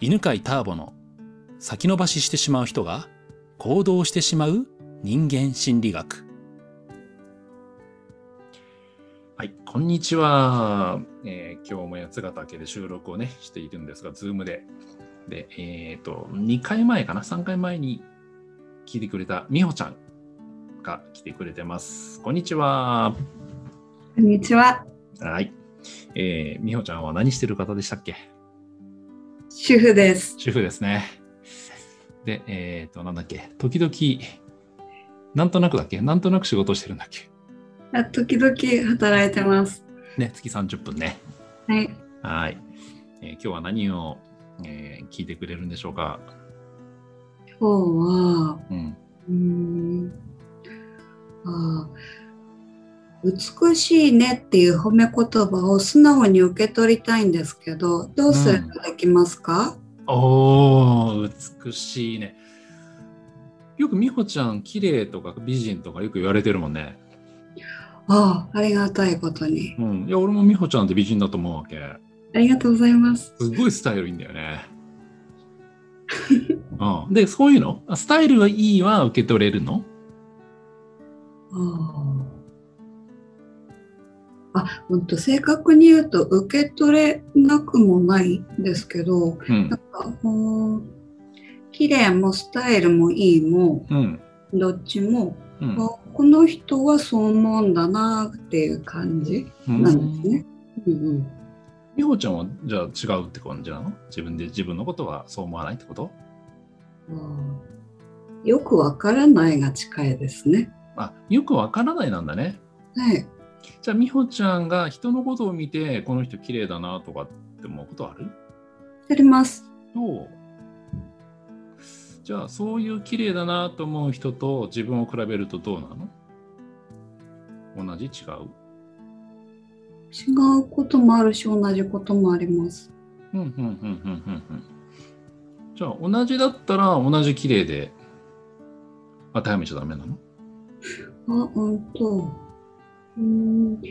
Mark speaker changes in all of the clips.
Speaker 1: 犬飼ターボの先延ばししてしまう人が行動してしまう人間心理学。
Speaker 2: はい、こんにちは。えー今日も八ヶ岳で収録をね、しているんですが、ズームで。で、えっ、と、2回前かな、3回前に聞いてくれた美穂ちゃんが来てくれてます。こんにちは。
Speaker 3: こんにちは。
Speaker 2: はい。えー、美穂ちゃんは何してる方でしたっけ
Speaker 3: 主婦です。
Speaker 2: 主婦ですね。で、えっ、と、なんだっけ、時々、なんとなくだっけなんとなく仕事してるんだっけ
Speaker 3: あ時々働いてます。
Speaker 2: ね、月30分ね。
Speaker 3: はい。
Speaker 2: はい、えー今日は何を、えー聞いてくれるんでしょうか。
Speaker 3: 今日は、
Speaker 2: うん。
Speaker 3: うーんあー美しいねっていう褒め言葉を素直に受け取りたいんですけど、どうすればできますか、
Speaker 2: おー、美しいね。よく美穂ちゃん、綺麗とか美人とかよく言われてるもんね。
Speaker 3: ああ、ありがたいことに。
Speaker 2: うん。いや、俺も美穂ちゃんって美人だと思うわけ。
Speaker 3: ありがとうございます。
Speaker 2: すごいスタイルいいんだよね。うん、で、そういうのあスタイルがいいは受け取れるの
Speaker 3: あーあ、ほんと正確に言うと受け取れなくもないんですけど、
Speaker 2: うん
Speaker 3: なん。かこう綺麗もスタイルもいいも
Speaker 2: うん。
Speaker 3: どっちも、
Speaker 2: うん
Speaker 3: あこの人はそう思うんだなっていう感じ
Speaker 2: うん
Speaker 3: なんですね。うんうん、
Speaker 2: 美穂ちゃんはじゃあ違うって感じなの自分で自分のことはそう思わないってこと
Speaker 3: あーよくわからないが近いですね。
Speaker 2: あよくわからないなんだね。
Speaker 3: はい、
Speaker 2: じゃあ美穂ちゃんが人のことを見てこの人綺麗だなとかって思うことある
Speaker 3: やります。
Speaker 2: どうじゃあそういう綺麗だなと思う人と自分を比べるとどうなの同じ違う
Speaker 3: 違うこともあるし同じこともあります。
Speaker 2: うんうんうんうんうんうん。じゃあ同じだったら同じ綺麗で当てはめちゃダメなの
Speaker 3: あうんとうーん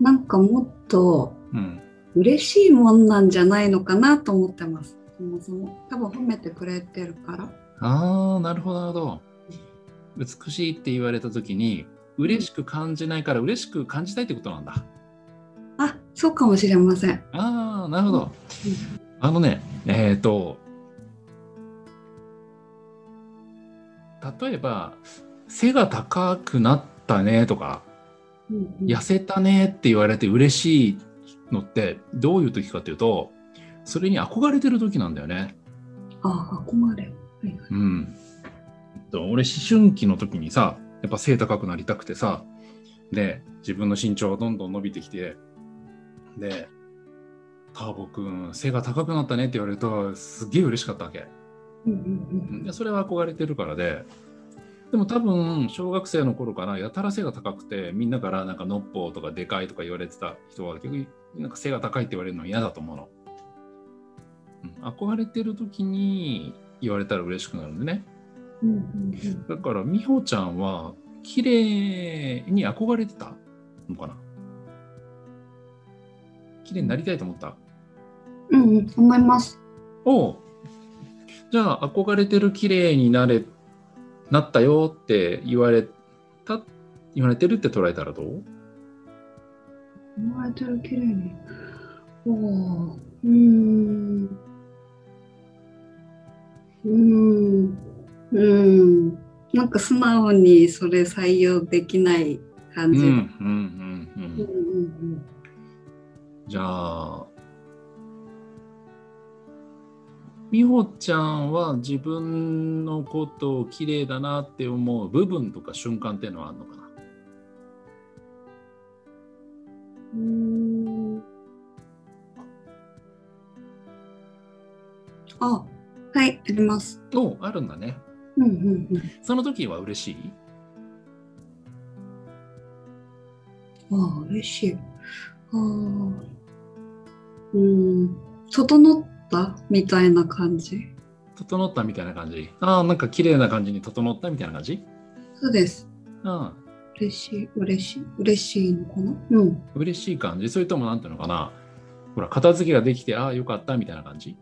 Speaker 3: なんかもっと
Speaker 2: うん。
Speaker 3: 嬉しいもんなんじゃないのかなと思ってます。そもそも多分褒めてくれてるから。
Speaker 2: ああ、なるほど、なるほど。美しいって言われたときに、嬉しく感じないから、嬉しく感じたいってことなんだ。
Speaker 3: あ、そうかもしれません。
Speaker 2: ああ、なるほど。あのね、えっ、と、例えば、背が高くなったねとか、
Speaker 3: うんうん
Speaker 2: 痩せたねって言われて嬉しいのって、どういう時かというと、それに憧れてる時なんだよね。
Speaker 3: あ、憧れ。はいはい
Speaker 2: うん。と俺、思春期の時にさ、やっぱ背高くなりたくてさ、で、自分の身長がどんどん伸びてきて、で、ターボくん、背が高くなったねって言われると、すっげえ嬉しかったわけ。
Speaker 3: うんうん
Speaker 2: でそれは憧れてるからで、でも多分、小学生の頃からやたら背が高くて、みんなからなんかのっぽうとかでかいとか言われてた人は、結局、なんか背が高いって言われるの嫌だと思うの。うん、憧れてる時に言われたら嬉しくなるんでね。
Speaker 3: うんうんうん
Speaker 2: だから美穂ちゃんは綺麗に憧れてたのかな綺麗になりたいと思った
Speaker 3: うんうんうん、思います。
Speaker 2: おうじゃあ憧れてる綺麗になれなったよって言われた言われてるって捉えたらどう
Speaker 3: 生まれてる綺麗に。おお、うーん。うーん。うーん。なんか素直にそれ採用できない感
Speaker 2: うん
Speaker 3: じ。
Speaker 2: う
Speaker 3: うん
Speaker 2: んうん
Speaker 3: う
Speaker 2: うんん
Speaker 3: うん
Speaker 2: じゃあ美穂ちゃんは自分のことを綺麗だなって思う部分とか瞬間っていうのはあるのかな
Speaker 3: うん。うーんあ、はい、あります。
Speaker 2: おあるんだね。
Speaker 3: うんうんうん。
Speaker 2: その時は嬉しい
Speaker 3: ああ、嬉しい。ああ。うん。整ったみたいな感じ。
Speaker 2: 整ったみたいな感じ。ああ、なんか綺麗な感じに整ったみたいな感じ
Speaker 3: そうです。
Speaker 2: ああ、
Speaker 3: 嬉しい、嬉しい、嬉しいのかなうん。
Speaker 2: 嬉しい感じ。それともなんていうのかな。ほら、片付けができて、ああ、よかったみたいな感じ。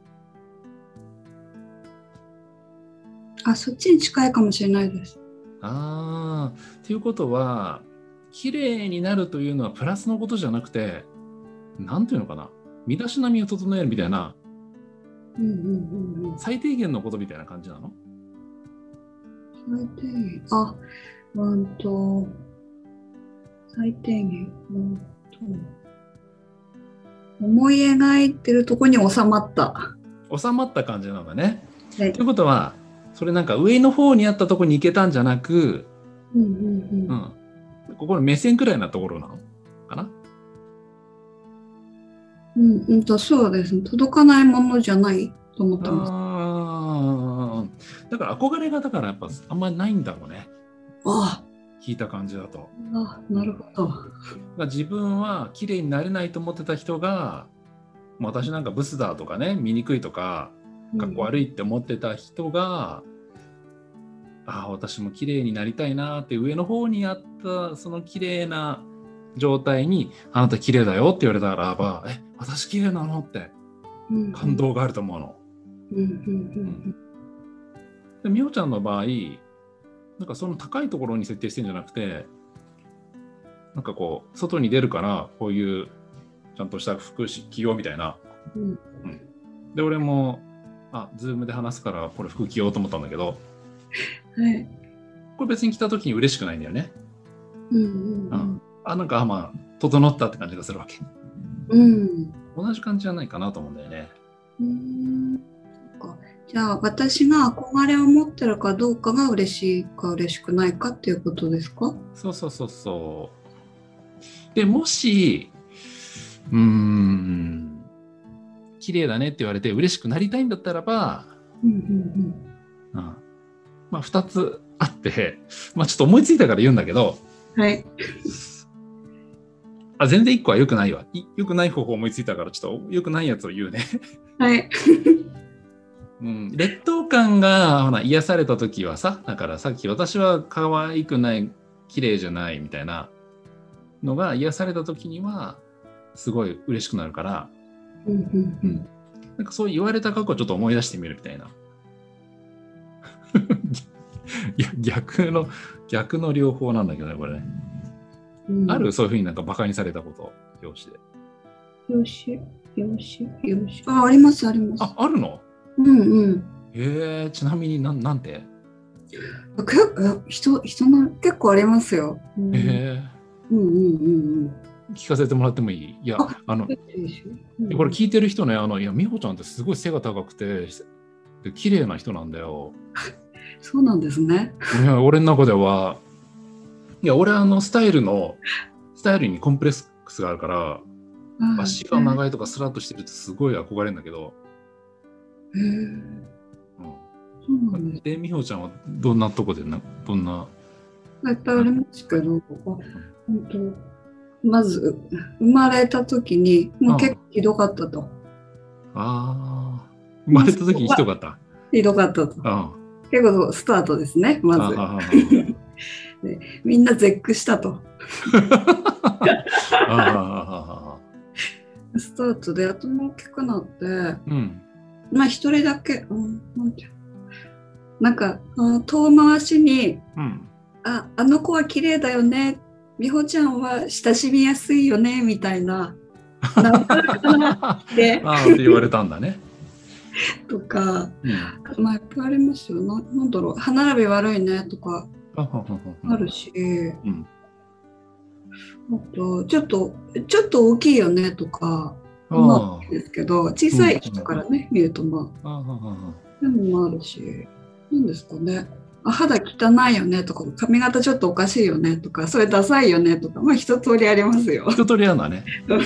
Speaker 3: あ、そっちに近いかもしれないです。
Speaker 2: ああ、ということは、綺麗になるというのはプラスのことじゃなくて、なんていうのかな、身だしなみを整えるみたいな、
Speaker 3: うんうんうんうん。
Speaker 2: 最低限のことみたいな感じなの
Speaker 3: 最低限。あ、うんと、最低限。うんと、思い描いてるとこに収まった。
Speaker 2: 収まった感じなんだね。
Speaker 3: はい
Speaker 2: ということは、それなんか上の方にあったとこに行けたんじゃなく、
Speaker 3: うんうんう。
Speaker 2: うんん、ここの目線くらいなところなのかな
Speaker 3: うんうんと、そうですね。届かないものじゃないと思ってます。
Speaker 2: あーだから憧れがだからやっぱあんまりないんだろうね
Speaker 3: あ
Speaker 2: 聞いた感じだと。
Speaker 3: あ、なるほど。
Speaker 2: だから自分は綺麗になれないと思ってた人がまあ私なんかブスだとかね醜いとかかっこ悪いって思ってた人が、ああ私も綺麗になりたいなーって上の方にあったその綺麗な状態に「あなた綺麗だよ」って言われたらば「え私綺麗なの?」って
Speaker 3: うん
Speaker 2: 感。動があると思うの。
Speaker 3: うんうんうん
Speaker 2: で美穂ちゃんの場合なんかその高いところに設定してんじゃなくてなんかこう外に出るからこういうちゃんとした服着ようみたいな、
Speaker 3: うん
Speaker 2: うんで俺もあズームで話すからこれ服着ようと思ったんだけど
Speaker 3: うん。はい。
Speaker 2: これ別に着た時に嬉しくないんだよね
Speaker 3: うんうんうん。
Speaker 2: あなんかあまあ整ったって感じがするわけ
Speaker 3: うん。
Speaker 2: 同じ感じじゃないかなと思うんだよね
Speaker 3: うーんそっかじゃあ私が憧れを持ってるかどうかが嬉しいか嬉しくないかっていうことですか
Speaker 2: そうそうそうそう。でもし、うーん、綺麗だねって言われて嬉しくなりたいんだったらば、
Speaker 3: うんうん
Speaker 2: うん、まあ2つあって、まあちょっと思いついたから言うんだけど、
Speaker 3: うん。はい。
Speaker 2: あ全然1個は良くないわ。い良くない方法思いついたから、ちょっと良くないやつを言うね。
Speaker 3: はい。
Speaker 2: うん、劣等感がほら癒された時はさだからさっき私は可愛くない綺麗じゃないみたいなのが癒された時にはすごい嬉しくなるから
Speaker 3: うんうんうん。
Speaker 2: なんかそう言われた過去をちょっと思い出してみるみたいな。 いや逆の逆の両方なんだけどねこれね、
Speaker 3: うん
Speaker 2: あるそういうふうになんかバカにされたこと教師で
Speaker 3: よし。よし。よし。あ、ありますあります。
Speaker 2: ああるの
Speaker 3: うんうん。
Speaker 2: へえちなみになんなんてへ
Speaker 3: あけあ人人の結構ありますよ。うん
Speaker 2: え
Speaker 3: うんうんうんうん。
Speaker 2: 聞かせてもらってもいいいや
Speaker 3: あ
Speaker 2: あの
Speaker 3: よしうん
Speaker 2: でこれ聞いてる人ね、あの、いや、美穂ちゃんってすごい背が高くて、で綺麗な人なんだよ。
Speaker 3: そうなんですね。
Speaker 2: いや、俺の中では、いや、俺はあの、スタイルの、スタイルにコンプレックスがあるから、
Speaker 3: はい
Speaker 2: 足が長いとかスラッとしてるってすごい憧れるんだけど、
Speaker 3: へー
Speaker 2: う
Speaker 3: そうなんです
Speaker 2: ん、で、美穂ちゃんはどんなとこでな、どんな、
Speaker 3: いっぱいありますけど、本当まず生まれた時にもう結構ひどかったと、
Speaker 2: ああ、生まれた時にひどかった。
Speaker 3: ひどかったと
Speaker 2: あ
Speaker 3: 結構スタートですね
Speaker 2: あ、
Speaker 3: まず
Speaker 2: あ
Speaker 3: みんな絶句したと
Speaker 2: あ、ああ、ああ、
Speaker 3: スタートで頭大きくなって
Speaker 2: うん、
Speaker 3: まあ一人だけ、うん、なんていうなんかうん遠回しに
Speaker 2: うん、
Speaker 3: 「ああの子は綺麗だよね美穂ちゃんは親しみやすいよね」みたいな「なんとなくな
Speaker 2: あ
Speaker 3: って
Speaker 2: あ、って言われたんだね。」
Speaker 3: とか。
Speaker 2: うん、
Speaker 3: まあ、いっぱいありますよ。ななんだろう、歯並び悪いねとか
Speaker 2: あははは
Speaker 3: あ
Speaker 2: は
Speaker 3: るし、
Speaker 2: ん
Speaker 3: あと、ちょっと、ちょっと大きいよねとか、
Speaker 2: あ
Speaker 3: ま
Speaker 2: あ
Speaker 3: あ、ですけど、小さい人からね、見るとまあ、
Speaker 2: あああ
Speaker 3: でもまああるし、なんですかね。あ肌汚いよねとか、髪型ちょっとおかしいよねとか、それダサいよねとか、まあ一通りありますよ
Speaker 2: あ。一通りあるのはね、うん、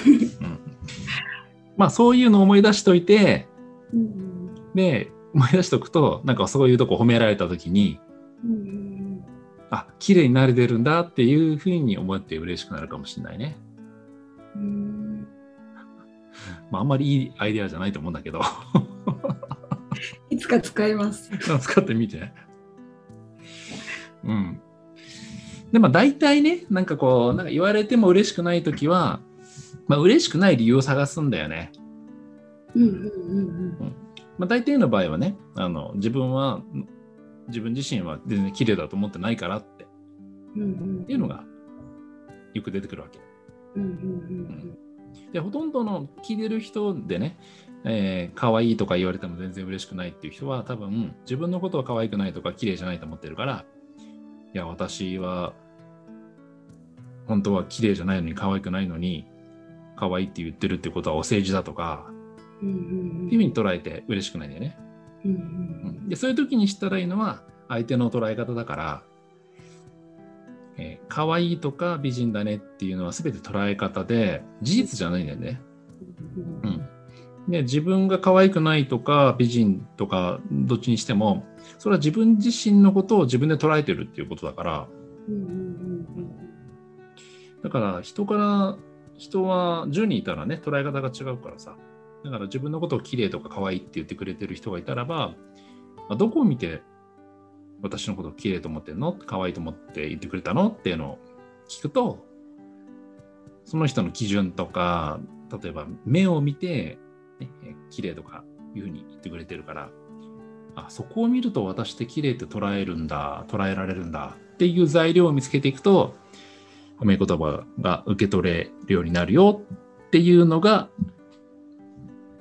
Speaker 2: まあそういうのを思い出しといて
Speaker 3: うん
Speaker 2: で思い出しとくとなんかそういうとこ褒められた時に
Speaker 3: うん
Speaker 2: あ綺麗になれてるんだっていうふうに思って嬉しくなるかもしれないね、
Speaker 3: うん
Speaker 2: まあ、あんまりいいアイデアじゃないと思うんだけど
Speaker 3: いつか使います。
Speaker 2: 使ってみてうんでまあ大体ねなんかこうなんか言われても嬉しくない時はまあ嬉しくない理由を探すんだよね
Speaker 3: うんうんうん
Speaker 2: まあ、大体の場合はねあの自分は自分自身は全然綺麗だと思ってないからって
Speaker 3: うんうん
Speaker 2: っていうのがよく出てくるわけ。
Speaker 3: うんうん
Speaker 2: でほとんどの聞いてる人でね、えー、可愛いとか言われても全然嬉しくないっていう人は多分自分のことは可愛くないとか綺麗じゃないと思ってるからいや私は本当は綺麗じゃないのに可愛くないのに可愛いって言ってるってことはお世辞だとか
Speaker 3: うんうんうんうん
Speaker 2: っていうふうに捉えて嬉しくないんだよね。
Speaker 3: うんう
Speaker 2: うんんでそういう時にしたらいいのは相手の捉え方だから、えー、可愛いとか美人だねっていうのは全て捉え方で事実じゃないんだよね。
Speaker 3: うん
Speaker 2: うん、で自分が可愛くないとか美人とかどっちにしてもそれは自分自身のことを自分で捉えてるっていうことだから
Speaker 3: うんうん
Speaker 2: だから人から人は10人いたらね捉え方が違うからさだから自分のことを綺麗とか可愛いって言ってくれてる人がいたらば、まあどこを見て私のことを綺麗と思ってんの可愛いと思って言ってくれたのっていうのを聞くとその人の基準とか例えば目を見て、ね、えー綺麗とかいうふうに言ってくれてるからあそこを見ると私って綺麗って捉えるんだ捉えられるんだっていう材料を見つけていくと褒め言葉が受け取れるようになるよっていうのが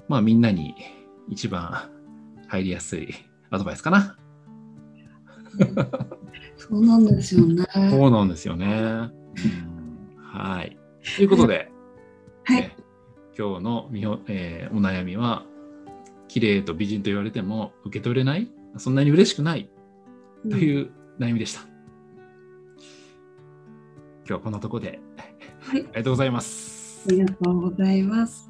Speaker 2: まあみんなに一番入りやすいアドバイスかな。
Speaker 3: そうなんですよね。
Speaker 2: そうなんですよね。うんはい。ということで、
Speaker 3: はい
Speaker 2: え今日のみほ、えーお悩みは、綺麗と美人と言われても受け取れないそんなに嬉しくないと
Speaker 3: う
Speaker 2: いう悩みでした。今日はこんなとこで、
Speaker 3: は
Speaker 2: あ
Speaker 3: い
Speaker 2: りがとうございます
Speaker 3: ん。あ。りがとうございます。